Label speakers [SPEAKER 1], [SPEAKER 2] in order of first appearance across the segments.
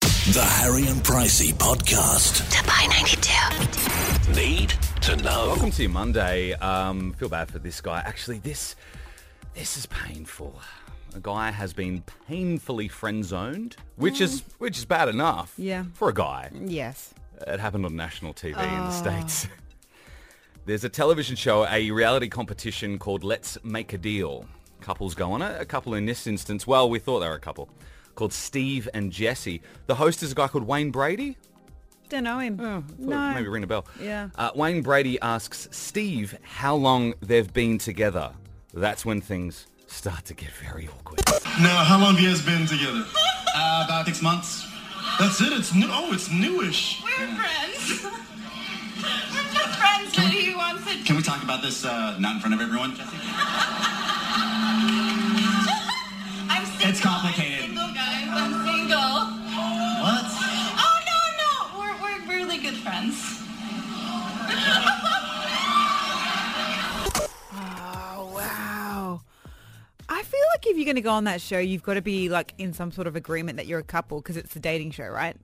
[SPEAKER 1] The Harry and Pricey Podcast.
[SPEAKER 2] to buy 92.
[SPEAKER 1] Need to know.
[SPEAKER 3] Welcome to your Monday. Um, feel bad for this guy. Actually, this this is painful. A guy has been painfully friend zoned, which is which is bad enough.
[SPEAKER 4] Yeah.
[SPEAKER 3] For a guy,
[SPEAKER 4] Yes.
[SPEAKER 3] it happened on national TV in the states. There's a television show, a reality competition called Let's Make a Deal. Couples go on it. A couple in this instance, well, we thought they were a couple, called Steve and Jesse. The host is a guy called Wayne Brady.
[SPEAKER 4] Don't know him.
[SPEAKER 3] Oh, Thought it
[SPEAKER 4] no.
[SPEAKER 3] Maybe ring a bell.
[SPEAKER 4] Yeah.
[SPEAKER 3] Uh, Wayne Brady asks Steve how long they've been together. That's when things start to get very awkward.
[SPEAKER 5] Now, how long have you guys been together? Uh, about six months. That's it. It's new. Oh, it's newish.
[SPEAKER 6] We're friends. We're just friends, but he wants to.
[SPEAKER 5] Can we talk about this uh, not in front of everyone, Jesse?
[SPEAKER 6] I'm single.
[SPEAKER 5] It's complicated.
[SPEAKER 6] I'm single, guys. I'm single.
[SPEAKER 5] What?
[SPEAKER 6] Oh no, no. We're we're really good friends.
[SPEAKER 4] Oh, Wow. I feel like if you're going to go on that show, you've got to be like in some sort of agreement that you're a couple because it's a dating show, right?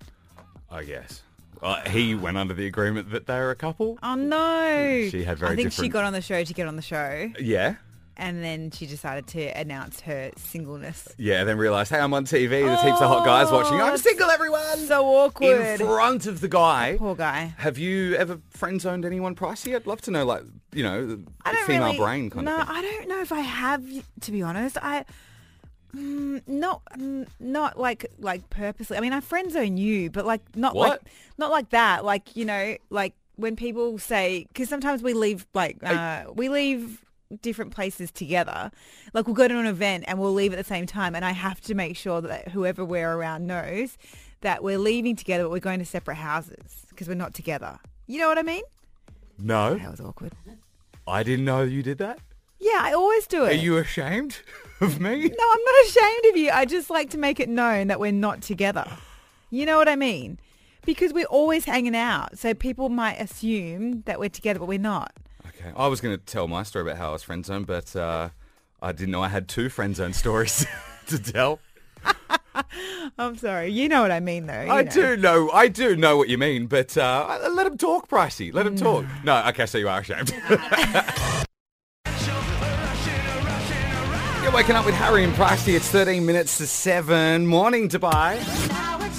[SPEAKER 3] I guess. Uh, he went under the agreement that they were a couple.
[SPEAKER 4] Oh no.
[SPEAKER 3] She had very
[SPEAKER 4] I think she
[SPEAKER 3] different-
[SPEAKER 4] got on the show to get on the show
[SPEAKER 3] Yeah.
[SPEAKER 4] and then she decided to announce her singleness.
[SPEAKER 3] Yeah, and then realised, hey, I'm on TV. There's heaps of hot guys watching. I'm
[SPEAKER 4] Oh, that's
[SPEAKER 3] single, everyone.
[SPEAKER 4] So
[SPEAKER 3] in
[SPEAKER 4] awkward.
[SPEAKER 3] front of the guy.
[SPEAKER 4] Poor guy.
[SPEAKER 3] Have you ever friend zoned anyone pricey? I'd love to know, like, you know, the
[SPEAKER 4] I don't
[SPEAKER 3] female
[SPEAKER 4] really-
[SPEAKER 3] brain kind
[SPEAKER 4] no,
[SPEAKER 3] of thing.
[SPEAKER 4] I don't know if I have. To be honest, I mm, not mm, not like like purposely. I mean, I friend zone you, but like not like
[SPEAKER 3] What?
[SPEAKER 4] not like that. Like you know, like when people say because sometimes we leave like uh, we leave different places together. Like we'll go to an event and we'll leave at the same time, and I have to make sure that whoever we're around knows that we're leaving together, but we're going to separate houses because we're not together. You know what I mean?
[SPEAKER 3] No,
[SPEAKER 4] That was awkward.
[SPEAKER 3] I didn't know you did that.
[SPEAKER 4] Yeah, I always do it.
[SPEAKER 3] Are you ashamed of me?
[SPEAKER 4] No, I'm not ashamed of you. I just like to make it known that we're not together. You know what I mean? Because we're always hanging out. So people might assume that we're together, but we're not.
[SPEAKER 3] Okay, I was going to tell my story about how I was friend zoned, but uh, I didn't know I had two friend zone stories to tell.
[SPEAKER 4] I'm sorry. You know what I mean, though. you
[SPEAKER 3] I
[SPEAKER 4] know.
[SPEAKER 3] do know, I do know what you mean, but uh, I- I let him talk, Pricey. Let him talk. No, okay, so you are ashamed. You're waking up with Harry and Pricey. It's 13 minutes to seven. Morning, Dubai.
[SPEAKER 6] Now it's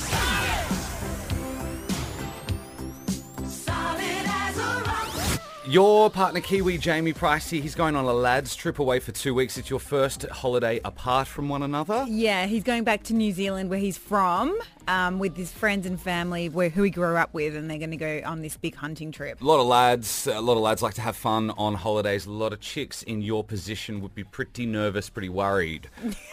[SPEAKER 6] solid. Solid as a rock.
[SPEAKER 3] Your partner Kiwi Jamie Pricey, he's going on a lads trip away for two weeks. It's your first holiday apart from one another.
[SPEAKER 4] Yeah, he's going back to New Zealand where he's from um, with his friends and family where, who he grew up with, and they're going to go on this big hunting trip.
[SPEAKER 3] A lot of lads, a lot of lads like to have fun on holidays. A lot of chicks in your position would be pretty nervous, pretty worried.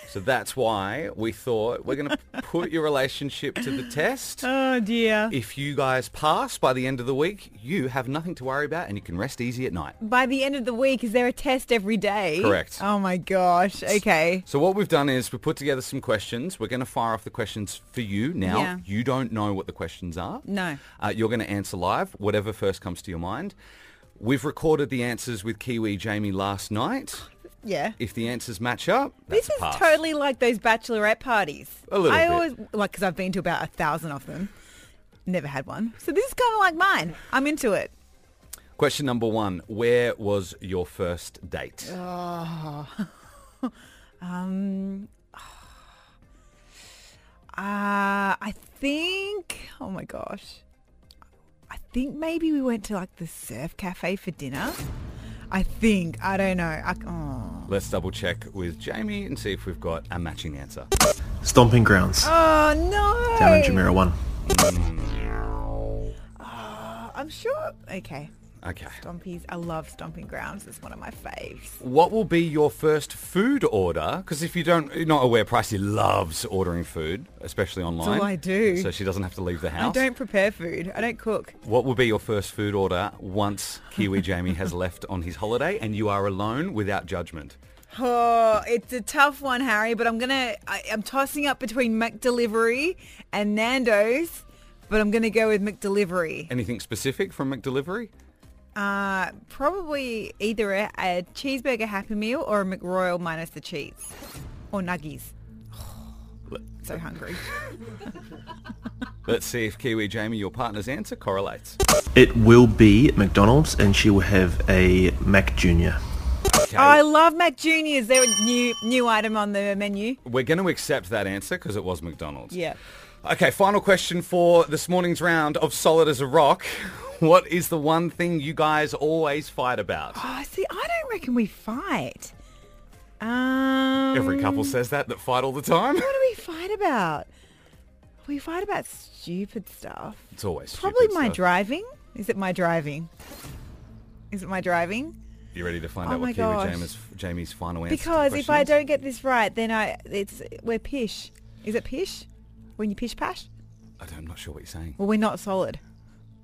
[SPEAKER 3] so that's why we thought we're going to put your relationship to the test.
[SPEAKER 4] Oh, dear.
[SPEAKER 3] If you guys pass by the end of the week, you have nothing to worry about and you can rest easy at night.
[SPEAKER 4] By the end of the week, is there a test every day?
[SPEAKER 3] Correct.
[SPEAKER 4] Oh, my gosh. Okay.
[SPEAKER 3] So what we've done is we put together some questions. We're going to fire off the questions for you now.
[SPEAKER 4] Yeah.
[SPEAKER 3] You don't know what the questions are.
[SPEAKER 4] No.
[SPEAKER 3] Uh, you're going to answer live, whatever first comes to your mind. We've recorded the answers with Kiwi Jamie last night.
[SPEAKER 4] Yeah.
[SPEAKER 3] If the answers match up,
[SPEAKER 4] This
[SPEAKER 3] that's a
[SPEAKER 4] is
[SPEAKER 3] pass.
[SPEAKER 4] totally like those bachelorette parties.
[SPEAKER 3] A little
[SPEAKER 4] I
[SPEAKER 3] bit.
[SPEAKER 4] always like because I've been to about a thousand of them. Never had one, so this is kind of like mine. I'm into it.
[SPEAKER 3] Question number one: Where was your first date?
[SPEAKER 4] Oh. Uh, I think. Oh my gosh. I think maybe we went to like the surf cafe for dinner. I think. I don't know. I, oh.
[SPEAKER 3] Let's double check with Jamie and see if we've got a matching answer.
[SPEAKER 7] Stomping Grounds
[SPEAKER 4] oh no.
[SPEAKER 7] down in Jumeirah 1.
[SPEAKER 4] Ah, I'm sure. Okay.
[SPEAKER 3] Okay.
[SPEAKER 4] Stompies. I love Stomping Grounds. It's one of my faves.
[SPEAKER 3] What will be your first food order? Because if you don't, you're not aware, Pricey loves ordering food, especially online.
[SPEAKER 4] I do.
[SPEAKER 3] So she doesn't have to leave the
[SPEAKER 4] I
[SPEAKER 3] house.
[SPEAKER 4] don't prepare food. I don't cook.
[SPEAKER 3] What will be your first food order once Kiwi Jamie has left on his holiday and you are alone without judgment?
[SPEAKER 4] Oh, it's a tough one, Harry. But I'm gonna, I, I'm tossing up between McDelivery and Nando's, but I'm gonna go with McDelivery.
[SPEAKER 3] Anything specific from McDelivery?
[SPEAKER 4] Uh, probably either a, a cheeseburger Happy Meal or a McRoyal minus the cheese, or nuggies. so hungry.
[SPEAKER 3] Let's see if Kiwi Jamie, your partner's answer, correlates.
[SPEAKER 2] It will be at McDonald's and she will have a Mac Junior.
[SPEAKER 3] Okay.
[SPEAKER 4] Oh, I love Mac Juniors. They're a new new item on the menu.
[SPEAKER 3] We're going to accept that answer because it was McDonald's.
[SPEAKER 4] Yeah.
[SPEAKER 3] Okay, final question for this morning's round of Solid as a Rock. What is the one thing you guys always fight about?
[SPEAKER 4] Oh, see, I don't reckon we fight. Um,
[SPEAKER 3] Every couple says that, that fight all the time.
[SPEAKER 4] What do we fight about? We fight about stupid stuff.
[SPEAKER 3] It's always stupid
[SPEAKER 4] Probably my
[SPEAKER 3] stuff.
[SPEAKER 4] driving. Is it my driving? Is it my driving?
[SPEAKER 3] You ready to find
[SPEAKER 4] Oh
[SPEAKER 3] out
[SPEAKER 4] my
[SPEAKER 3] what
[SPEAKER 4] gosh.
[SPEAKER 3] Kiwi Jamie's, Jamie's final answer to the
[SPEAKER 4] Because if
[SPEAKER 3] question
[SPEAKER 4] I
[SPEAKER 3] is?
[SPEAKER 4] don't get this right, then I it's we're pish. Is it pish? When you pish pash?
[SPEAKER 3] I don't, I'm not sure what you're saying.
[SPEAKER 4] Well, we're not solid.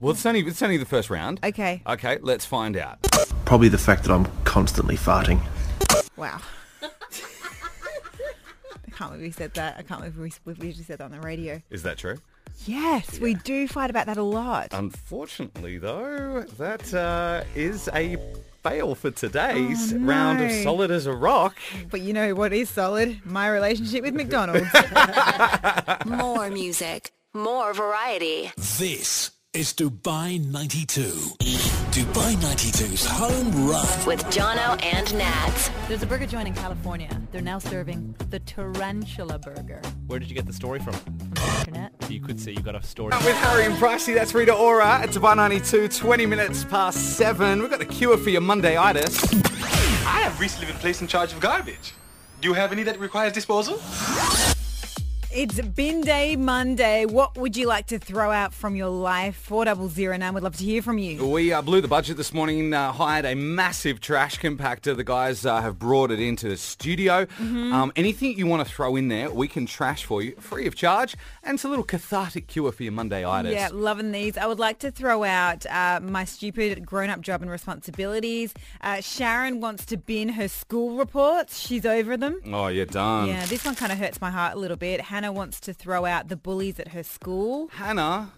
[SPEAKER 3] Well, it's only, it's only the first round.
[SPEAKER 4] Okay.
[SPEAKER 3] Okay, let's find out.
[SPEAKER 2] Probably the fact that I'm constantly farting.
[SPEAKER 4] Wow. I can't believe we said that. I can't believe we, we usually said that on the radio.
[SPEAKER 3] Is that true?
[SPEAKER 4] Yes, we do fight about that a lot.
[SPEAKER 3] Unfortunately, though, that uh, is a fail for today's round of
[SPEAKER 4] Oh, no.
[SPEAKER 3] Solid as a Rock.
[SPEAKER 4] But you know what is solid? My relationship with McDonald's.
[SPEAKER 7] More music, more variety.
[SPEAKER 1] This is Dubai 92. Dubai 92's home run.
[SPEAKER 7] With Jono and Nats.
[SPEAKER 8] There's a burger joint in California. They're now serving the tarantula burger
[SPEAKER 9] Where did you get the story from?
[SPEAKER 8] on the internet.
[SPEAKER 9] You could say you got a story.
[SPEAKER 3] With Harry and Pricey, that's Rita Ora at Dubai 92, 20 minutes past 7. We've got a cure for your Monday itis.
[SPEAKER 5] I have recently been placed in charge of garbage. Do you have any that requires disposal?
[SPEAKER 4] it's Bin Day Monday. What would you like to throw out from your life? 4009, we'd love to hear from you.
[SPEAKER 3] We uh, blew the budget this morning, uh, hired a massive trash compactor. The guys uh, have brought it into the studio.
[SPEAKER 4] Mm-hmm.
[SPEAKER 3] Um, anything you want to throw in there, we can trash for you free of charge. And it's a little cathartic cure for your Monday itis.
[SPEAKER 4] Yeah, loving these. I would like to throw out uh, my stupid grown-up job and responsibilities. Uh, Sharon wants to bin her school reports. She's over them.
[SPEAKER 3] Oh, you're done.
[SPEAKER 4] Yeah, this one kind of hurts my heart a little bit. Hannah wants to throw out the bullies at her school. Uh,
[SPEAKER 3] Hannah,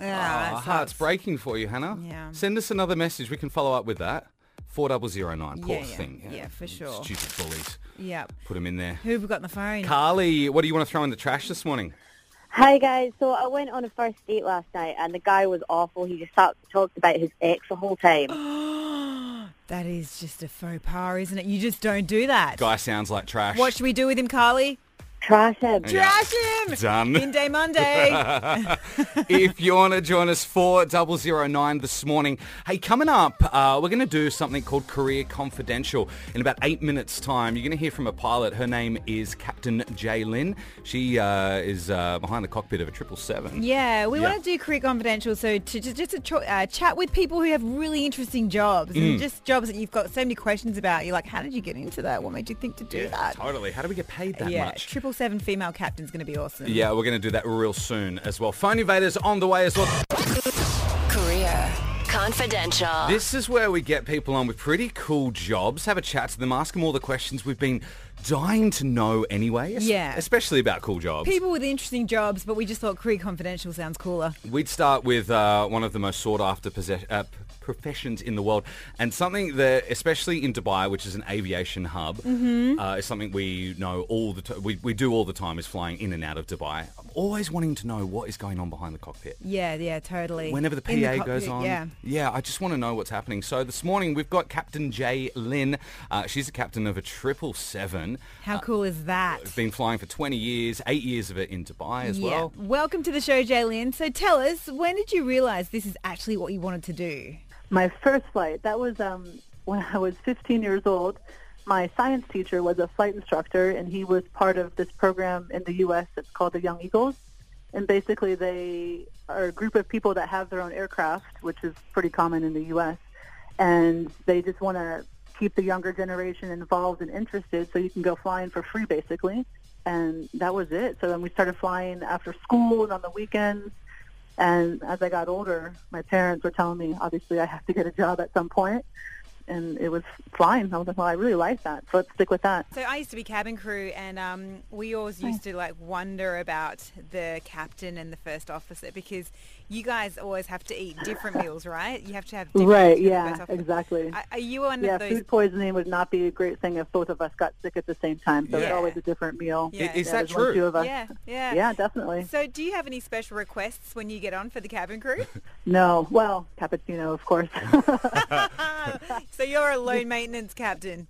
[SPEAKER 4] Yeah,
[SPEAKER 3] our
[SPEAKER 4] that
[SPEAKER 3] heart's
[SPEAKER 4] sucks.
[SPEAKER 3] breaking for you, Hannah.
[SPEAKER 4] Yeah.
[SPEAKER 3] Send us another message. We can follow up with that. 4009, poor
[SPEAKER 4] Yeah, yeah.
[SPEAKER 3] thing.
[SPEAKER 4] Yeah, for sure.
[SPEAKER 3] Stupid bullies.
[SPEAKER 4] Yeah.
[SPEAKER 3] Put them in there.
[SPEAKER 4] Who have we got on the phone?
[SPEAKER 3] Carly, what do you want to throw in the trash this morning?
[SPEAKER 10] Hi guys, so I went on a first date last night and the guy was awful. He just talked, talked about his ex the whole time.
[SPEAKER 4] That is just a faux pas, isn't it? You just don't do that.
[SPEAKER 3] Guy sounds like trash.
[SPEAKER 4] What should we do with him, Carly?
[SPEAKER 10] Trash him.
[SPEAKER 4] Trash him!
[SPEAKER 3] Done.
[SPEAKER 4] Bin Day Monday.
[SPEAKER 3] if you want to join us for 009 this morning, hey, coming up, uh, we're going to do something called Career Confidential. In about eight minutes' time, you're going to hear from a pilot. Her name is Captain Jay Lynn. She uh, is uh, behind the cockpit of a 777.
[SPEAKER 4] yeah, we
[SPEAKER 3] Yeah.
[SPEAKER 4] want to do Career Confidential, so to just, just to cho- uh, chat with people who have really interesting jobs
[SPEAKER 3] Mm.
[SPEAKER 4] and just jobs that you've got so many questions about. You're like, how did you get into that? What made you think to do that?
[SPEAKER 3] totally. How do we get paid that
[SPEAKER 4] yeah,
[SPEAKER 3] much?
[SPEAKER 4] triple seven female captain's going to be awesome.
[SPEAKER 3] Yeah, we're going to do that real soon as well. Phone invaders on the way as well.
[SPEAKER 7] Career. Confidential.
[SPEAKER 3] This is where we get people on with pretty cool jobs, have a chat to them, ask them all the questions we've been dying to know anyway. es-
[SPEAKER 4] Yeah.
[SPEAKER 3] Especially about cool jobs.
[SPEAKER 4] People with interesting jobs, but we just thought Career Confidential sounds cooler.
[SPEAKER 3] We'd start with uh, one of the most sought after possess- uh, p- professions in the world, and something that, especially in Dubai, which is an aviation hub,
[SPEAKER 4] Mm-hmm.
[SPEAKER 3] uh, is something we know all the t- we, we do all the time is flying in and out of Dubai. I'm always wanting to know what is going on behind the cockpit.
[SPEAKER 4] Yeah, yeah, totally.
[SPEAKER 3] Whenever the PA
[SPEAKER 4] In
[SPEAKER 3] goes
[SPEAKER 4] cockpit,
[SPEAKER 3] on,
[SPEAKER 4] Yeah.
[SPEAKER 3] I just want to know what's happening. So this morning we've got Captain Jay Lynn. Uh, she's the captain of a triple seven.
[SPEAKER 4] How cool is that?
[SPEAKER 3] Been flying for 20 years, eight years of it in Dubai as well.
[SPEAKER 4] Welcome to the show, Jaylin. So tell us, when did you realise this is actually what you wanted to do?
[SPEAKER 10] My first flight, that was um, when I was 15 years old. My science teacher was a flight instructor and he was part of this program in the U.S. that's called the Young Eagles. And basically they are a group of people that have their own aircraft, which is pretty common in the U.S. And they just want to keep the younger generation involved and interested so you can go flying for free basically. And that was it. So then we started flying after school and on the weekends. And as I got older, my parents were telling me, obviously, I have to get a job at some point. and it was flying. I was like, well, I really like that, so let's stick with that.
[SPEAKER 4] So I used to be cabin crew, and um, we always used to like wonder about the captain and the first officer because you guys always have to eat different meals, right? You have to have different
[SPEAKER 10] Right,
[SPEAKER 4] meals with the
[SPEAKER 10] yeah,
[SPEAKER 4] first officer.
[SPEAKER 10] exactly.
[SPEAKER 4] Are- Are you one
[SPEAKER 10] yeah,
[SPEAKER 4] of those?
[SPEAKER 10] food poisoning would not be a great thing if both of us got sick at the same time. So it's
[SPEAKER 4] Yeah.
[SPEAKER 10] always a different meal.
[SPEAKER 4] Yeah. Is
[SPEAKER 10] Yeah,
[SPEAKER 3] that
[SPEAKER 10] there's one or
[SPEAKER 3] true?
[SPEAKER 10] Two of us.
[SPEAKER 4] Yeah, yeah,
[SPEAKER 10] Yeah, definitely.
[SPEAKER 4] So do you have any special requests when you get on for the cabin crew?
[SPEAKER 10] No, well, cappuccino, of course.
[SPEAKER 4] so you're a lone maintenance captain.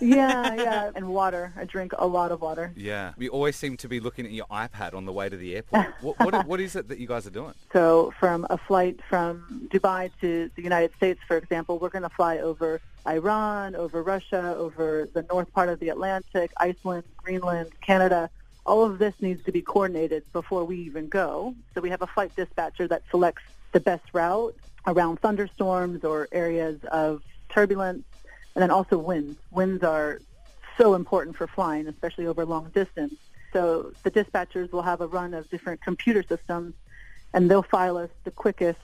[SPEAKER 10] yeah, yeah, and water. I drink a lot of water.
[SPEAKER 3] Yeah. You always seem to be looking at your iPad on the way to the airport. what, what, what is it that you guys are doing?
[SPEAKER 10] So from a flight from Dubai to the United States, for example, we're going to fly over Iran, over Russia, over the north part of the Atlantic, Iceland, Greenland, Canada. All of this needs to be coordinated before we even go. So we have a flight dispatcher that selects the best route around thunderstorms or areas of turbulence, and then also winds. Winds are so important for flying, especially over long distance. So the dispatchers will have a run of different computer systems, and they'll file us the quickest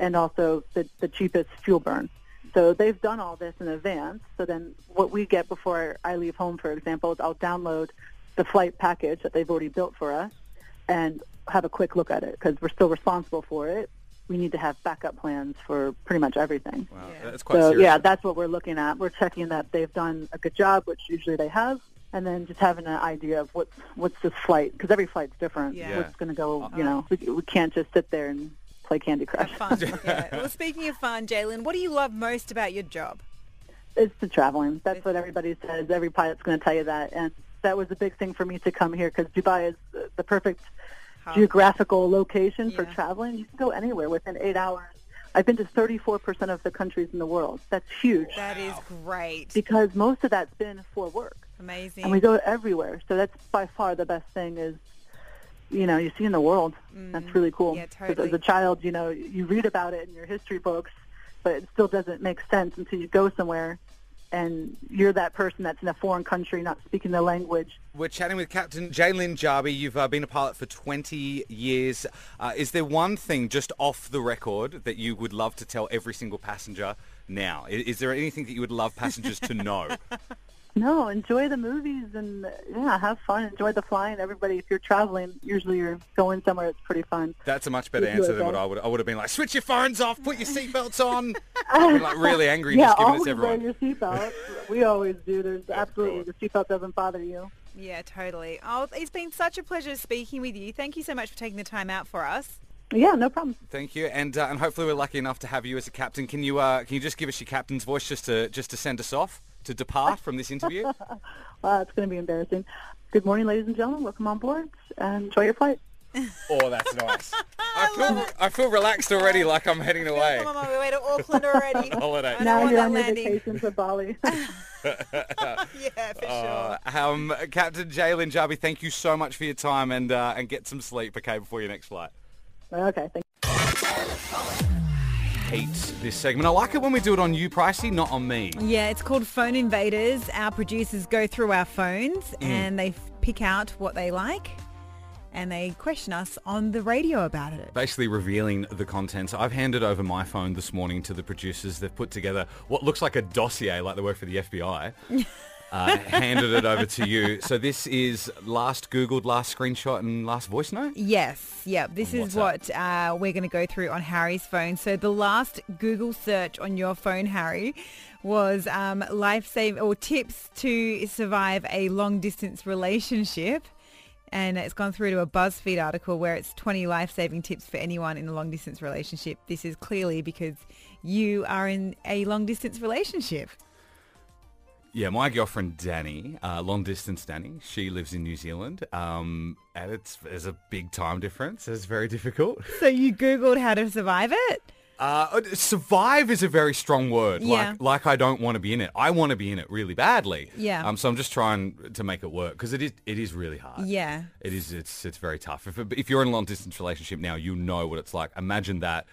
[SPEAKER 10] and also the, the cheapest fuel burn. So they've done all this in advance. So then what we get before I leave home, for example, is I'll download the flight package that they've already built for us and have a quick look at it because we're still responsible for it. We need to have backup plans for pretty much everything
[SPEAKER 3] Wow, that's quite
[SPEAKER 10] so
[SPEAKER 3] serious.
[SPEAKER 10] yeah, that's what we're looking at. We're checking that they've done a good job, which usually they have, and then just having an idea of what's what's this flight because every flight's different.
[SPEAKER 4] Yeah.
[SPEAKER 10] What's going to go? You know, we, we can't just sit there and play Candy Crush.
[SPEAKER 4] Fun. yeah. Well, speaking of fun, Jalen, what do you love most about your job?
[SPEAKER 10] It's the traveling. That's what everybody says. Every pilot's going to tell you that, and that was a big thing for me to come here because Dubai is the- the perfect geographical location for
[SPEAKER 4] Yeah.
[SPEAKER 10] traveling. You can go anywhere within eight hours. I've been to 34% of the countries in the world. That's huge
[SPEAKER 4] That is great.
[SPEAKER 10] because most of that's been for work.
[SPEAKER 4] Amazing.
[SPEAKER 10] and we go everywhere. So that's by far the best thing is, you know, you see in the world. that's really cool.
[SPEAKER 4] Mm. yeah,
[SPEAKER 10] 'Cause
[SPEAKER 4] totally.
[SPEAKER 10] As a child, you know, you read about it in your history books, but it still doesn't make sense until you go somewhere and you're that person that's in a foreign country not speaking the language.
[SPEAKER 3] We're chatting with Captain Jalen Jarby. You've uh, been a pilot for 20 years. Uh, is there one thing just off the record that you would love to tell every single passenger now? I- is there anything that you would love passengers to know?
[SPEAKER 10] No, enjoy the movies and yeah, have fun. Enjoy the flying. Everybody, if you're traveling, usually you're going somewhere. It's pretty fun.
[SPEAKER 3] That's a much better
[SPEAKER 10] If you
[SPEAKER 3] answer than what
[SPEAKER 10] adult.
[SPEAKER 3] I would. I would have been like, switch your phones off, put your seatbelts on. I'd be like really angry, and
[SPEAKER 10] yeah,
[SPEAKER 3] just giving it
[SPEAKER 10] always
[SPEAKER 3] to
[SPEAKER 10] wear
[SPEAKER 3] everyone.
[SPEAKER 10] your seatbelt. we always do. There's absolutely the seatbelt doesn't bother you.
[SPEAKER 4] Yeah, totally. Oh, it's been such a pleasure speaking with you. Thank you so much for taking the time out for us.
[SPEAKER 10] Yeah, no problem.
[SPEAKER 3] Thank you, and uh, and hopefully we're lucky enough to have you as a captain. Can you uh, can you just give us your captain's voice just to just to send us off to depart from this interview?
[SPEAKER 10] Uh, it's going to be embarrassing. Good morning, ladies and gentlemen. Welcome on board. and Enjoy your flight.
[SPEAKER 3] oh, that's nice. I feel I feel relaxed already, like I'm heading away.
[SPEAKER 4] I'm on my way to Auckland already.
[SPEAKER 3] Holiday.
[SPEAKER 4] I don't
[SPEAKER 10] now
[SPEAKER 4] want
[SPEAKER 10] you're
[SPEAKER 4] that
[SPEAKER 10] on your
[SPEAKER 4] landing.
[SPEAKER 10] vacation to Bali.
[SPEAKER 4] yeah, for
[SPEAKER 3] Uh, um, Captain Jalen Jarby, thank you so much for your time, and uh, and get some sleep, okay, before your next flight.
[SPEAKER 10] okay, thank
[SPEAKER 3] Hate this segment. I like it when we do it on you, Pricey, not on me.
[SPEAKER 4] sure. Yeah, it's called Phone Invaders. Our producers go through our phones and they f- pick out what they like and they question us on the radio about it.
[SPEAKER 3] Basically revealing the contents. I've handed over my phone this morning to the producers. They've put together what looks like a dossier, like they work for the FBI. Uh, handed it over to you. So this is last Googled, last screenshot, and last voice note.
[SPEAKER 4] Yes, yep. This is
[SPEAKER 3] WhatsApp.
[SPEAKER 4] what uh, we're going to go through on Harry's phone. So the last Google search on your phone, Harry, was um, life save or tips to survive a long distance relationship. And it's gone through to a BuzzFeed article where it's 20 life-saving tips for anyone in a long-distance relationship. This is clearly because you are in a long-distance relationship.
[SPEAKER 3] Yeah, my girlfriend Danny, uh, long distance Danny, she lives in New Zealand, um, and it's there's a big time difference. It's very difficult.
[SPEAKER 4] So you Googled how to survive it?
[SPEAKER 3] Uh, survive is a very strong word.
[SPEAKER 4] Yeah.
[SPEAKER 3] Like, like I don't want to be in it. I want to be in it really badly.
[SPEAKER 4] Yeah.
[SPEAKER 3] Um, so I'm just trying to make it work because it is it is really hard.
[SPEAKER 4] Yeah.
[SPEAKER 3] It is. It's it's very tough. If if you're in a long distance relationship now, you know what it's like. Imagine that,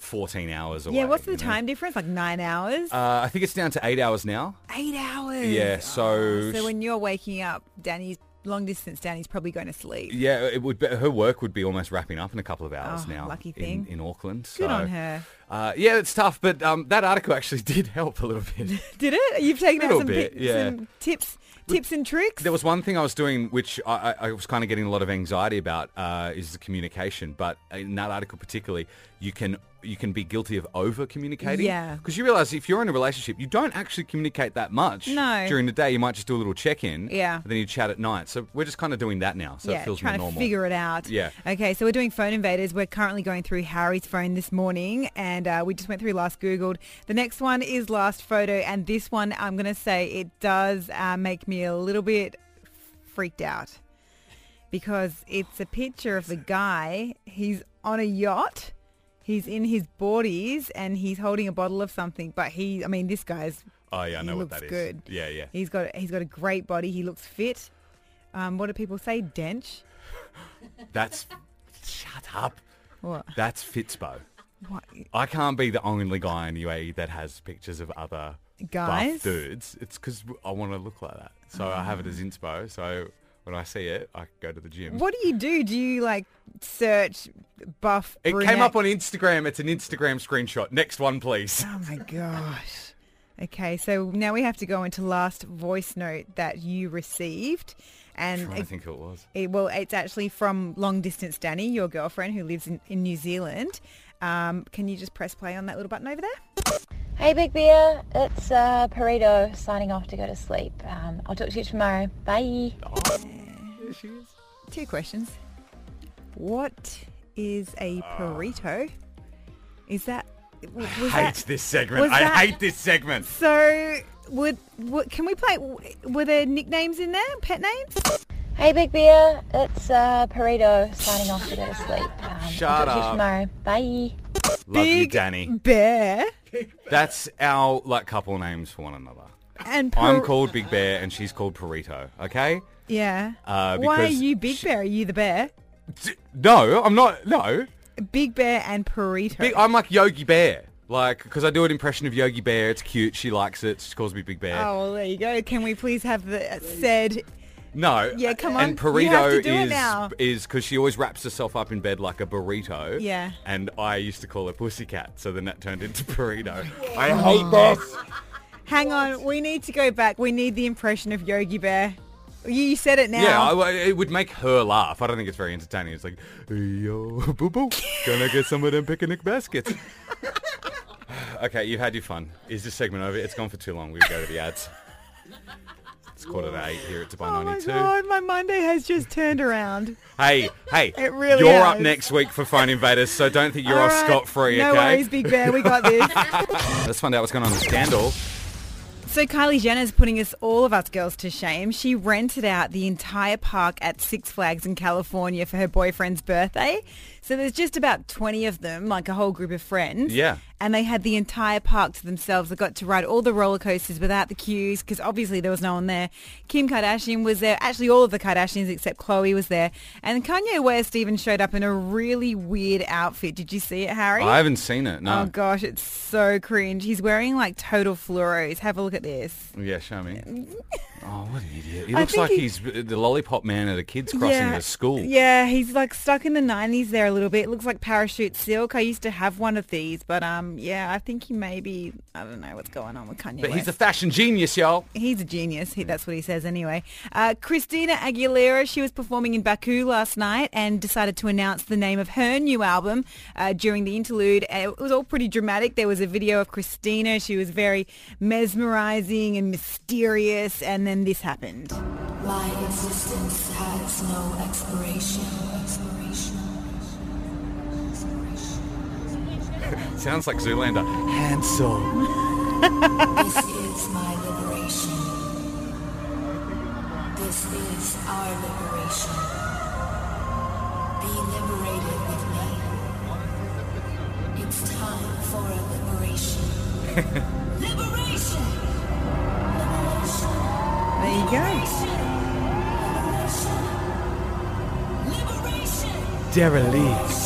[SPEAKER 3] 14 hours away.
[SPEAKER 4] Yeah, what's the
[SPEAKER 3] you know?
[SPEAKER 4] time difference? Like nine hours?
[SPEAKER 3] Uh, I think it's down to eight hours now.
[SPEAKER 4] Eight hours. Oh,
[SPEAKER 3] Yeah. So
[SPEAKER 4] So when you're waking up, Danny's long distance down, he's probably going to sleep.
[SPEAKER 3] Yeah, it would. Be, her work would be almost wrapping up in a couple of hours
[SPEAKER 4] Oh,
[SPEAKER 3] now.
[SPEAKER 4] lucky
[SPEAKER 3] in-
[SPEAKER 4] thing.
[SPEAKER 3] in, Auckland. so,
[SPEAKER 4] Good on her.
[SPEAKER 3] Uh, yeah, it's tough, but um, that article actually did help a little bit.
[SPEAKER 4] Did it? You've taken out
[SPEAKER 3] Little
[SPEAKER 4] some,
[SPEAKER 3] bit,
[SPEAKER 4] pi-
[SPEAKER 3] yeah.
[SPEAKER 4] some tips, tips and tricks.
[SPEAKER 3] There was one thing I was doing which I, I I was kind of getting a lot of anxiety about uh, is the communication. But in that article particularly, you can you can be guilty of over communicating.
[SPEAKER 4] Yeah.
[SPEAKER 3] Because you realize if you're in a relationship, you don't actually communicate that much.
[SPEAKER 4] No.
[SPEAKER 3] During the day, you might just do a little check in.
[SPEAKER 4] Yeah.
[SPEAKER 3] And then you chat at night. So we're just kind of doing that now. So
[SPEAKER 4] yeah,
[SPEAKER 3] it feels more
[SPEAKER 4] trying to
[SPEAKER 3] normal.
[SPEAKER 4] figure it out.
[SPEAKER 3] Yeah.
[SPEAKER 4] Okay, so we're doing phone invaders. We're currently going through Harry's phone this morning, and uh, we just went through last Googled. The next one is last photo, and this one I'm going to say it does uh, make me a little bit freaked out because it's a picture of the guy. He's on a yacht. He's in his boardies and he's holding a bottle of something. But he, I mean, this guy's.
[SPEAKER 3] Oh, yeah, I
[SPEAKER 4] he
[SPEAKER 3] know what
[SPEAKER 4] looks
[SPEAKER 3] that is.
[SPEAKER 4] Good.
[SPEAKER 3] Yeah, yeah.
[SPEAKER 4] He's got he's got a great body. He looks fit. Um, what do people say? Dench.
[SPEAKER 3] That's shut up.
[SPEAKER 4] What?
[SPEAKER 3] That's Fitzbo.
[SPEAKER 4] What?
[SPEAKER 3] I can't be the only guy in UAE that has pictures of other buff
[SPEAKER 4] Guys?
[SPEAKER 3] dudes. It's because I want to look like that, so I have it as inspo. So when I see it, I go to the gym.
[SPEAKER 4] What do you do? Do you like search buff?
[SPEAKER 3] It
[SPEAKER 4] brunette?
[SPEAKER 3] came up on Instagram. It's an Instagram screenshot. Next one, please.
[SPEAKER 4] Oh my gosh. Okay, so now we have to go into last voice note that you received, and
[SPEAKER 3] trying
[SPEAKER 4] it-
[SPEAKER 3] to think who it was.
[SPEAKER 4] It, well, it's actually from long distance Danny, your girlfriend who lives in, in New Zealand. Um, can you just press play on that little button over there?
[SPEAKER 11] Hey, Big Bear. It's uh, Perito signing off to go to sleep. Um, I'll talk to you tomorrow. Bye.
[SPEAKER 4] Two questions. What is a burrito? Is that? w- Was
[SPEAKER 3] Ah. I hate
[SPEAKER 4] that,
[SPEAKER 3] this segment.
[SPEAKER 4] was
[SPEAKER 3] I
[SPEAKER 4] that-
[SPEAKER 3] hate this segment.
[SPEAKER 4] So, would, would can we play? Were there nicknames in there? Pet names?
[SPEAKER 11] Hey, Big Bear. It's uh, Perito signing off to go to sleep. Um, I'll talk
[SPEAKER 3] Shut
[SPEAKER 11] to you
[SPEAKER 3] up.
[SPEAKER 11] tomorrow. Bye.
[SPEAKER 3] Love you, Danny.
[SPEAKER 4] Bear
[SPEAKER 3] That's our like couple names for one another.
[SPEAKER 4] and
[SPEAKER 3] I'm
[SPEAKER 4] Pur-
[SPEAKER 3] called Big Bear, and she's called Burrito. Okay.
[SPEAKER 4] Yeah.
[SPEAKER 3] Uh,
[SPEAKER 4] Why are
[SPEAKER 3] because
[SPEAKER 4] you Big Bear? Are you the bear?
[SPEAKER 3] No, I'm not. No.
[SPEAKER 4] Big Bear and Burrito.
[SPEAKER 3] Big, oh, I'm like Yogi Bear. Like, because I do an impression of Yogi Bear. It's cute. She likes it. She calls me Big Bear.
[SPEAKER 4] Oh, well, there you go. Can we please have the uh, said?
[SPEAKER 3] No.
[SPEAKER 4] Yeah, come
[SPEAKER 3] And
[SPEAKER 4] on.
[SPEAKER 3] Burrito
[SPEAKER 4] You have to do it
[SPEAKER 3] is
[SPEAKER 4] now.
[SPEAKER 3] is because she always wraps herself up in bed like a burrito.
[SPEAKER 4] Yeah.
[SPEAKER 3] And I used to call her Pussycat. So then that turned into Burrito. I hate this.
[SPEAKER 4] Hang on, we need to go back. We need the impression of Yogi Bear. You, you said it now. Oh
[SPEAKER 3] Yeah, I, I- it would make her laugh. I don't think it's very entertaining. It's like, yo, boo boo, gonna get some of them picnic baskets. okay, you've had your fun. Is this segment over? It's gone for too long. We go to the ads. It's quarter to eight here at Dubai
[SPEAKER 4] oh my
[SPEAKER 3] 92.
[SPEAKER 4] god, my Monday has just turned around.
[SPEAKER 3] Hey, hey,
[SPEAKER 4] It really
[SPEAKER 3] you're up
[SPEAKER 4] has.
[SPEAKER 3] next week for Phone Invaders, so don't think you're
[SPEAKER 4] All
[SPEAKER 3] off
[SPEAKER 4] right,
[SPEAKER 3] scot-free,
[SPEAKER 4] No
[SPEAKER 3] okay?
[SPEAKER 4] worries, Big Bear. We got this.
[SPEAKER 3] Let's find out what's going on in the scandal.
[SPEAKER 4] So Kylie Jenner's putting us all of us girls to shame. She rented out the entire park at Six Flags in California for her boyfriend's birthday. So there's just about 20 of them, like a whole group of friends.
[SPEAKER 3] Yeah.
[SPEAKER 4] And they had the entire park to themselves. They got to ride all the roller coasters without the queues because obviously there was no one there. Kim Kardashian was there. Actually, all of the Kardashians except Chloe was there. And Kanye West even showed up in a really weird outfit. Did you see it, Harry?
[SPEAKER 3] I haven't seen it,
[SPEAKER 4] Oh
[SPEAKER 3] no.
[SPEAKER 4] gosh, it's so cringe. He's wearing like total fluoros. Have a look at this.
[SPEAKER 3] yeah, show me. Oh, what an idiot. He
[SPEAKER 4] I
[SPEAKER 3] looks
[SPEAKER 4] think
[SPEAKER 3] like
[SPEAKER 4] he-
[SPEAKER 3] he's the lollipop man at a kid's crossing at a school.
[SPEAKER 4] Yeah, he's like stuck in the 90s there a little bit. It looks like parachute silk. I used to have one of these, but um, yeah, I think he maybe, I don't know what's going on with Kanye
[SPEAKER 3] But he's a
[SPEAKER 4] West.
[SPEAKER 3] fashion genius, y'all.
[SPEAKER 4] He's a genius. He, that's what he says anyway. Uh, Christina Aguilera, she was performing in Baku last night and decided to announce the name of her new album uh, during the interlude. And It was all pretty dramatic. There was a video of Christina. She was very mesmerizing and mysterious. And then this happened.
[SPEAKER 12] My existence has no expiration. Expiration.
[SPEAKER 3] Sounds like Zoolander. Hansel.
[SPEAKER 12] this is my liberation. This is our liberation. Be liberated with me. It's time for a liberation. liberation!
[SPEAKER 4] There you go.
[SPEAKER 12] Liberation!
[SPEAKER 3] Derelict.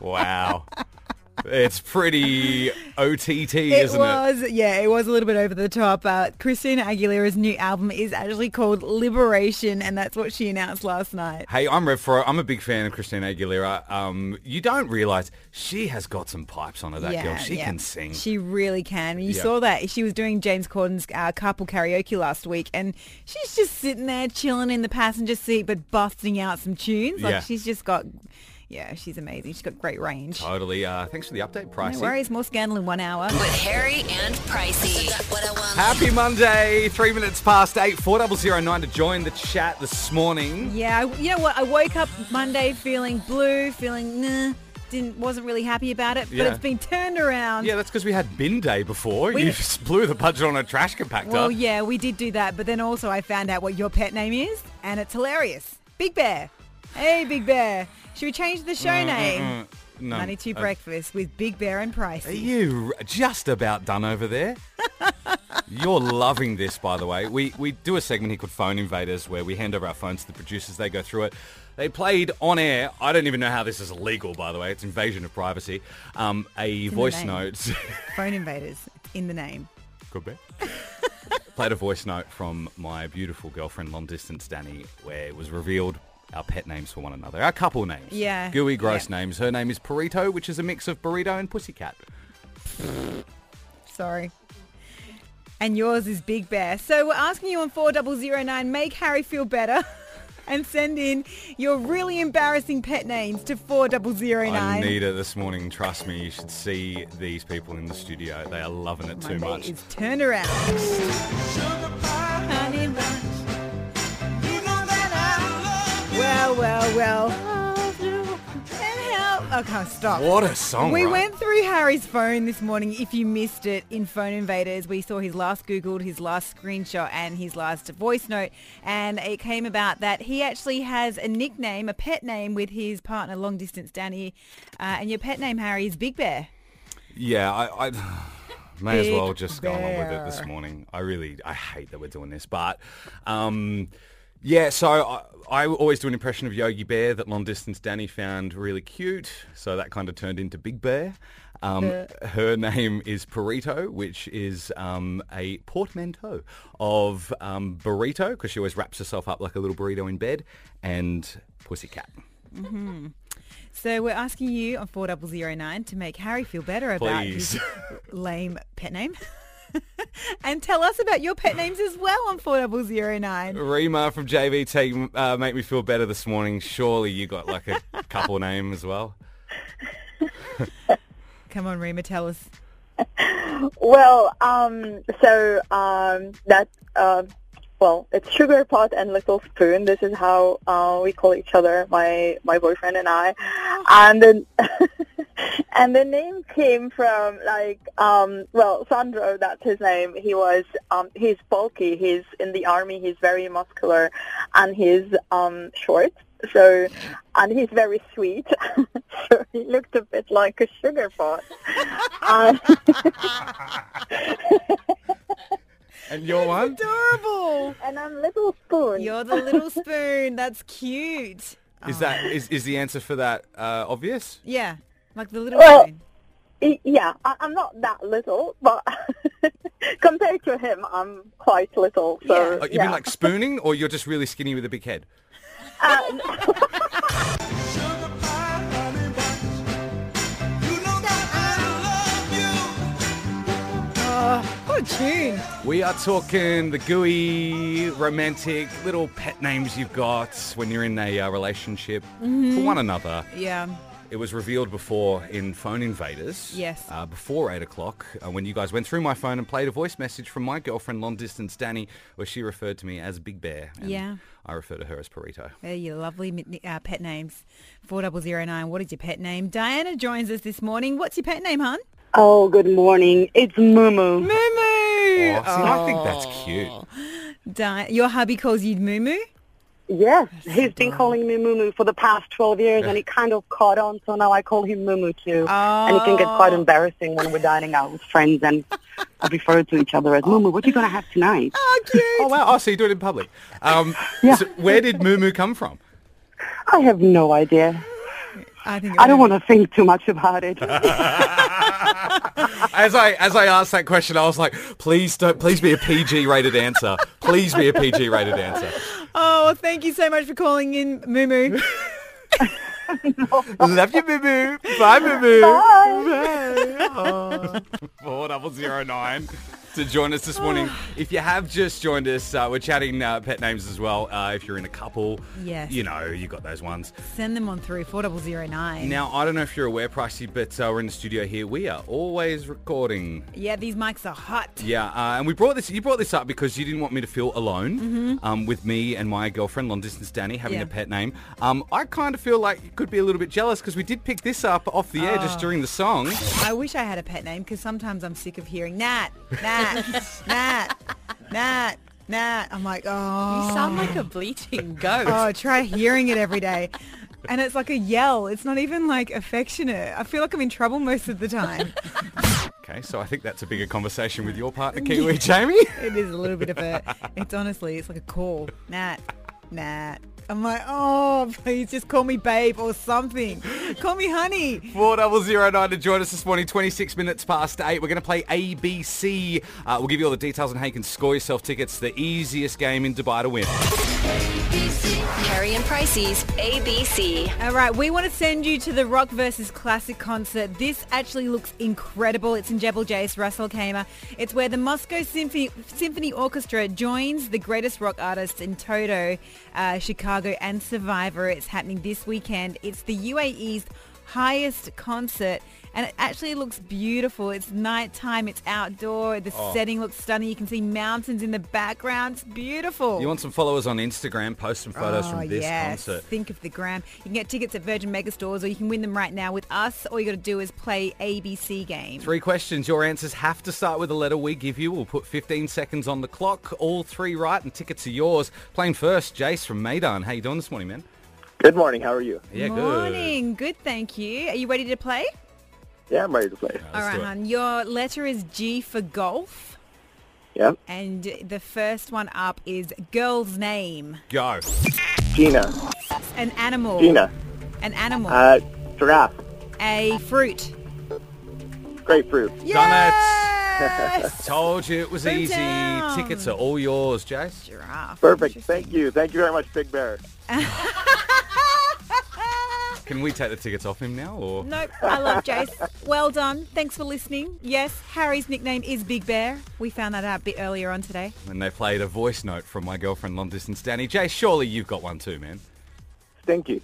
[SPEAKER 3] wow. It's pretty OTT, is
[SPEAKER 4] It
[SPEAKER 3] isn't it?
[SPEAKER 4] was, yeah, it was a little bit over the top. Uh, Christina Aguilera's new album is actually called Liberation, and that's what she announced last night.
[SPEAKER 3] Hey, I'm Rev Fro. I'm a big fan of Christina Aguilera. Um, you don't realise she has got some pipes on her, that girl. She
[SPEAKER 4] yeah.
[SPEAKER 3] can sing.
[SPEAKER 4] She really can. You
[SPEAKER 3] Yeah.
[SPEAKER 4] saw that she was doing James Corden's uh, carpool karaoke last week, and she's just sitting there chilling in the passenger seat, but busting out some tunes. Like
[SPEAKER 3] Yeah.
[SPEAKER 4] she's just got, yeah, she's amazing. She's got great range.
[SPEAKER 3] Totally. Uh, thanks for the update, Pricey.
[SPEAKER 4] No worries, more scandal in one hour.
[SPEAKER 7] With Harry and Pricey.
[SPEAKER 3] Happy Monday. Three minutes past eight. 4009 to join the chat this morning.
[SPEAKER 4] Yeah, I- you know what? I woke up Monday feeling blue, feeling nah, didn't wasn't really happy about it, but
[SPEAKER 3] Yeah.
[SPEAKER 4] it's been turned around.
[SPEAKER 3] Yeah, that's because we had bin day before.
[SPEAKER 4] We-
[SPEAKER 3] You just blew the budget on a trash compactor.
[SPEAKER 4] Well, yeah, we did do that, but then also I found out what your pet name is, and it's hilarious. Big Bear. Hey, Big Bear. Should we change the show
[SPEAKER 3] Mm, mm,
[SPEAKER 4] name?
[SPEAKER 3] mm. No.
[SPEAKER 4] 92
[SPEAKER 3] Uh,
[SPEAKER 4] Breakfast with Big Bear and Price.
[SPEAKER 3] Are you r- just about done over there? You're loving this, by the way. We we do a segment here called Phone Invaders where we hand over our phones to the producers. They go through it. They played on air. I don't even know how this is illegal, by the way. It's invasion of privacy. Um, a
[SPEAKER 4] in the
[SPEAKER 3] voice
[SPEAKER 4] name.
[SPEAKER 3] note.
[SPEAKER 4] Phone Invaders in the name.
[SPEAKER 3] Could be. played a voice note from my beautiful girlfriend, long distance Danny, where it was revealed our pet names for one another, our couple names.
[SPEAKER 4] Yeah.
[SPEAKER 3] Gooey, gross names. Her name is Burrito, which is a mix of burrito and pussycat.
[SPEAKER 4] Sorry. And yours is Big Bear. So we're asking you on 4009, make Harry feel better. And send in your really embarrassing pet names to 4009.
[SPEAKER 3] I need it this morning. Trust me, you should see these people in the studio. They are loving it too much.
[SPEAKER 4] It's turnaround. Well, well, well. And how? I can't stop.
[SPEAKER 3] What a song,
[SPEAKER 4] We
[SPEAKER 3] right?
[SPEAKER 4] went through Harry's phone this morning. If you missed it in Phone Invaders, we saw his last Googled, his last screenshot, and his last voice note. And it came about that he actually has a nickname, a pet name with his partner, long distance Danny. Uh, and your pet name, Harry, is Big Bear.
[SPEAKER 3] Yeah, I, I may as
[SPEAKER 4] Big
[SPEAKER 3] well just go along with it this
[SPEAKER 4] bear.
[SPEAKER 3] morning. I really, I hate that we're doing this, but um, yeah. So I, I always do an impression of Yogi Bear that long distance Danny found really cute. So that kind of turned into Big Bear. Um,
[SPEAKER 13] Yeah.
[SPEAKER 3] her name is Burrito, which is um, a portmanteau of um, burrito because she always wraps herself up like a little burrito in bed and pussycat.
[SPEAKER 4] hmm So we're asking you on 4009 to make Harry feel better about
[SPEAKER 3] Please.
[SPEAKER 4] his lame pet name. and tell us about your pet names as well on 4009.
[SPEAKER 3] Rima from JVT, uh, make me feel better this morning. Surely you got like a couple name as well.
[SPEAKER 4] Come on, Rima, tell us.
[SPEAKER 10] Well, um, so um, that uh, well, it's sugar pot and little spoon. This is how uh, we call each other, my my boyfriend and I, and then and the name came from like um, well, Sandro. That's his name. He was um, he's bulky. He's in the army. He's very muscular, and he's um, short. So, and he's very sweet. so he looked a bit like a sugar pot. And-
[SPEAKER 3] And your one?
[SPEAKER 4] Adorable.
[SPEAKER 10] And I'm Little Spoon.
[SPEAKER 4] You're the Little Spoon. That's cute.
[SPEAKER 3] Is that is, is the answer for that uh, obvious?
[SPEAKER 4] Yeah, like the Little
[SPEAKER 10] Well,
[SPEAKER 4] Spoon.
[SPEAKER 10] y- E, yeah, I, I'm not that little, but compared to him, I'm quite little. So
[SPEAKER 3] Oh, you
[SPEAKER 10] yeah.
[SPEAKER 3] mean like spooning, or you're just really skinny with a big head?
[SPEAKER 4] Oh, what a tune.
[SPEAKER 3] We are talking the gooey, romantic little pet names you've got when you're in a uh, relationship for
[SPEAKER 4] Mhm.
[SPEAKER 3] one another.
[SPEAKER 4] Yeah.
[SPEAKER 3] It was revealed before in Phone Invaders.
[SPEAKER 4] Yes.
[SPEAKER 3] Uh, before 8 o'clock, uh, when you guys went through my phone and played a voice message from my girlfriend, long distance Danny, where she referred to me as Big Bear. and
[SPEAKER 4] Yeah.
[SPEAKER 3] I refer to her as Burrito.
[SPEAKER 4] They're your lovely mi- uh, pet names. 4009, what is your pet name? Diana joins us this morning. What's your pet name, hon?
[SPEAKER 14] Oh, good morning. It's Mumu. Mumu.
[SPEAKER 3] Oh, see, I think that's cute. Oh,
[SPEAKER 4] Di- your hubby calls you Moo Moo?
[SPEAKER 14] Yes, he's been calling me Mumu for the past 12 years, and it kind of caught on, so now I call him Mumu too. And it can get quite embarrassing when we're dining out with friends and I refer to each other as Mumu. What are you going to have tonight?
[SPEAKER 3] Oh, wow. Oh, so you do it in public. Um, so where did Moo Moo come from?
[SPEAKER 14] I have no idea.
[SPEAKER 4] I think.
[SPEAKER 14] I don't want to think too much about it.
[SPEAKER 3] As I as I asked that question, I was like, please don't, please be a PG rated answer. Please be a PG rated answer.
[SPEAKER 4] Oh, well, thank you so much for calling in, Moo Moo.
[SPEAKER 3] Love you, Moo Moo. Bye, Moo Moo. Bye. Four double zero nine. To join us this morning. If you have just joined us, uh, we're chatting uh, pet names as well. Uh, if you're in a couple,
[SPEAKER 4] Yes.
[SPEAKER 3] you know, you got those ones.
[SPEAKER 4] Send them on through four double zero nine.
[SPEAKER 3] Now, I don't know if you're aware, Pricey, but uh, we're in the studio here. We are always recording.
[SPEAKER 4] Yeah, these mics are hot.
[SPEAKER 3] Yeah, uh, and we brought this. You brought this up because you didn't want me to feel alone
[SPEAKER 4] Mhm.
[SPEAKER 3] um, with me and my girlfriend, long distance Danny, having
[SPEAKER 4] Yeah.
[SPEAKER 3] a pet name. Um, I kind of feel like you could be a little bit jealous because we did pick this up off the air just
[SPEAKER 4] Oh.
[SPEAKER 3] during the song.
[SPEAKER 4] I wish I had a pet name because sometimes I'm sick of hearing Nat, Nat, Nat, Nat, Nat. I'm like, oh.
[SPEAKER 8] You sound like a bleating goat.
[SPEAKER 4] Oh, try hearing it every day. And it's like a yell. It's not even like affectionate. I feel like I'm in trouble most of the time.
[SPEAKER 3] Okay, so I think that's a bigger conversation with your partner, Kiwi Jamie.
[SPEAKER 4] it is a little bit of a, it's honestly, it's like a call. Nat, Nat. I'm like, oh, please just call me babe or something. Call me honey.
[SPEAKER 3] Four double zero nine to join us this morning. Twenty six minutes past eight. We're going to play ABC. Uh, we'll give you all the details on how you can score yourself tickets. The easiest game in Dubai to win.
[SPEAKER 7] Harry and Pricey's ABC.
[SPEAKER 4] All right, we want to send you to the Rock versus Classic concert. This actually looks incredible. It's in Jebel Jais, Russell Kamer. It's where the Moscow Symphony, Symphony Orchestra joins the greatest rock artists in Toto, uh, Chicago, and Survivor. It's happening this weekend. It's the UAE's highest concert. And it actually looks beautiful. It's nighttime. It's outdoor. The
[SPEAKER 3] Oh.
[SPEAKER 4] setting looks stunning. You can see mountains in the background. It's beautiful.
[SPEAKER 3] You want some followers on Instagram? Post some photos
[SPEAKER 4] Oh,
[SPEAKER 3] from this
[SPEAKER 4] yes.
[SPEAKER 3] concert.
[SPEAKER 4] Think of the gram. You can get tickets at Virgin Mega Stores, or you can win them right now with us. All you got to do is play ABC game.
[SPEAKER 3] Three questions. Your answers have to start with the letter we give you. We'll put 15 seconds on the clock. All three right, and tickets are yours. Playing first, Jace from Maidan. How you doing this morning, man?
[SPEAKER 13] Good morning. How are you?
[SPEAKER 3] Yeah, good.
[SPEAKER 4] Morning. Good, thank you. Are you ready to play?
[SPEAKER 13] Yeah, I'm ready to play.
[SPEAKER 4] All right, hon. Your letter is G for golf,
[SPEAKER 13] Yeah.
[SPEAKER 4] and the first one up is girl's name.
[SPEAKER 3] Go.
[SPEAKER 13] Gina.
[SPEAKER 4] An animal.
[SPEAKER 13] Gina.
[SPEAKER 4] An animal.
[SPEAKER 13] Uh, giraffe.
[SPEAKER 4] a fruit.
[SPEAKER 13] Grapefruit.
[SPEAKER 3] Done it. Told you it was
[SPEAKER 4] Boom
[SPEAKER 3] easy.
[SPEAKER 4] down.
[SPEAKER 3] Tickets are all yours, Jace.
[SPEAKER 4] Giraffe.
[SPEAKER 13] Perfect. Thank you. Thank you very much, Big Bear.
[SPEAKER 3] Can we take the tickets off him now? Or
[SPEAKER 4] Nope, I love Jace. Well done. Thanks for listening. Yes, Harry's nickname is Big Bear. We found that out a bit earlier on today.
[SPEAKER 3] And they played a voice note from my girlfriend, long distance Danny. Jace, surely you've got one too, man.
[SPEAKER 13] Stinky.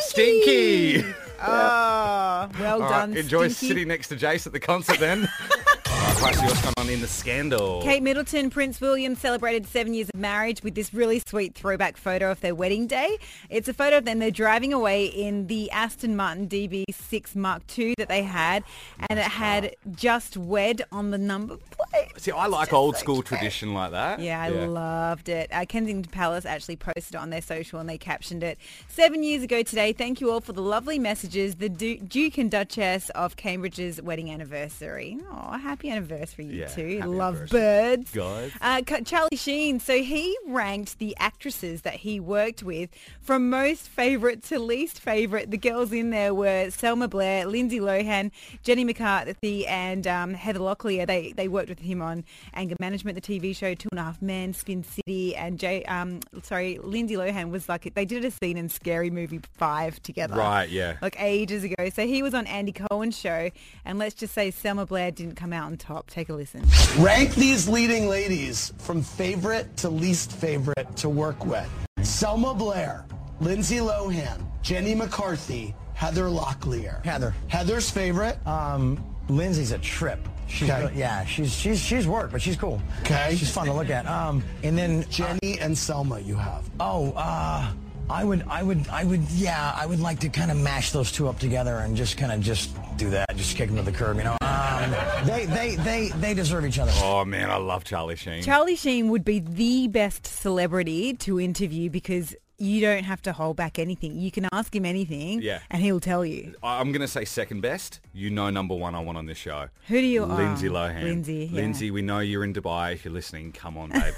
[SPEAKER 3] Stinky.
[SPEAKER 4] Oh, well
[SPEAKER 3] All right,
[SPEAKER 4] done.
[SPEAKER 3] enjoy
[SPEAKER 4] Stinky.
[SPEAKER 3] sitting next to Jace at the concert then. All right, Pricey, what's going on in the scandal?
[SPEAKER 4] Kate Middleton, Prince William celebrated seven years of marriage with this really sweet throwback photo of their wedding day. It's a photo of them. They're driving away in the Aston Martin DB6 Mark II that they had, and it had just wed on the number plate.
[SPEAKER 3] See, I like old school tradition like that.
[SPEAKER 4] Yeah, I loved it. Uh, Kensington Palace actually posted it on their social and they captioned it. Seven years ago today, thank you all for the lovely messages. The Du- Duke and Duchess of Cambridge's wedding anniversary. Oh, happy anniversary, you
[SPEAKER 3] Yeah,
[SPEAKER 4] two.
[SPEAKER 3] happy
[SPEAKER 4] Love
[SPEAKER 3] anniversary.
[SPEAKER 4] birds.
[SPEAKER 3] Guys.
[SPEAKER 4] Uh, Ca- Charlie Sheen. So he ranked the actresses that he worked with from most favourite to least favourite. The girls in there were Selma Blair, Lindsay Lohan, Jenny McCarthy, and um, Heather Locklear. They they worked with him on Anger Management, the TV show Two and a Half Men, Spin City, and Jay. Um, sorry, Lindsay Lohan was like they did a scene in Scary Movie Five together.
[SPEAKER 3] Right, yeah.
[SPEAKER 4] Like ages ago. So he was on Andy Cohen's show, and let's just say Selma Blair didn't come out on top. Take a listen.
[SPEAKER 15] Rank these leading ladies from favorite to least favorite to work with. Selma Blair, Lindsay Lohan, Jenny McCarthy, Heather Locklear. Heather. Heather's favorite? Um, Lindsay's a trip.
[SPEAKER 16] She's really- yeah, she's she's she's work, but she's cool.
[SPEAKER 15] Okay.
[SPEAKER 16] she's fun to look at. Um, and then Jenny
[SPEAKER 15] and Selma, you have.
[SPEAKER 16] Oh, uh, I would, I would, I would, yeah, I would like to kind of mash those two up together and just kind of just do that, just kick them to the curb, you know. Um, they, they, they, they deserve each other.
[SPEAKER 3] Oh man, I love Charlie Sheen.
[SPEAKER 4] Charlie Sheen would be the best celebrity to interview because you don't have to hold back anything. You can ask him anything
[SPEAKER 3] Yeah.
[SPEAKER 4] and he'll tell you.
[SPEAKER 3] I- I'm going to say second best. You know number one I want on this show.
[SPEAKER 4] Who do you-
[SPEAKER 3] Lindsay
[SPEAKER 4] oh,
[SPEAKER 3] Lohan.
[SPEAKER 4] Lindsay, yeah.
[SPEAKER 3] Lindsay, we know you're in Dubai. If you're listening, come on, babe.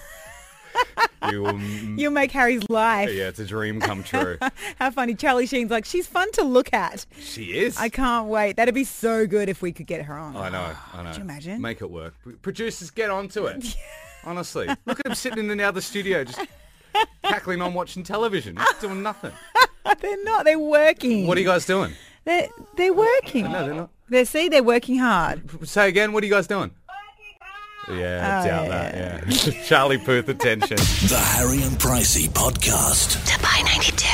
[SPEAKER 3] You will m-
[SPEAKER 4] You'll make Harry's life.
[SPEAKER 3] Yeah, it's a dream come true.
[SPEAKER 4] How funny. Charlie Sheen's like, she's fun to look at.
[SPEAKER 3] She is. Oh,
[SPEAKER 4] I can't wait. That'd be so good if we could get her on.
[SPEAKER 3] I know, I know.
[SPEAKER 4] Could you imagine?
[SPEAKER 3] Make it work. P- Producers, get onto it. Honestly. Look at him sitting in the other studio just cackling on watching television. Just doing nothing.
[SPEAKER 4] they're not. They're working.
[SPEAKER 3] What are you guys doing?
[SPEAKER 4] They're, they're working.
[SPEAKER 3] No, they're not.
[SPEAKER 4] They see they're working hard.
[SPEAKER 3] Say again, what are you guys doing? Yeah,
[SPEAKER 4] Oh,
[SPEAKER 3] doubt that, yeah. Charlie Puth attention.
[SPEAKER 1] The Harry and Pricey Podcast.
[SPEAKER 7] To buy 92.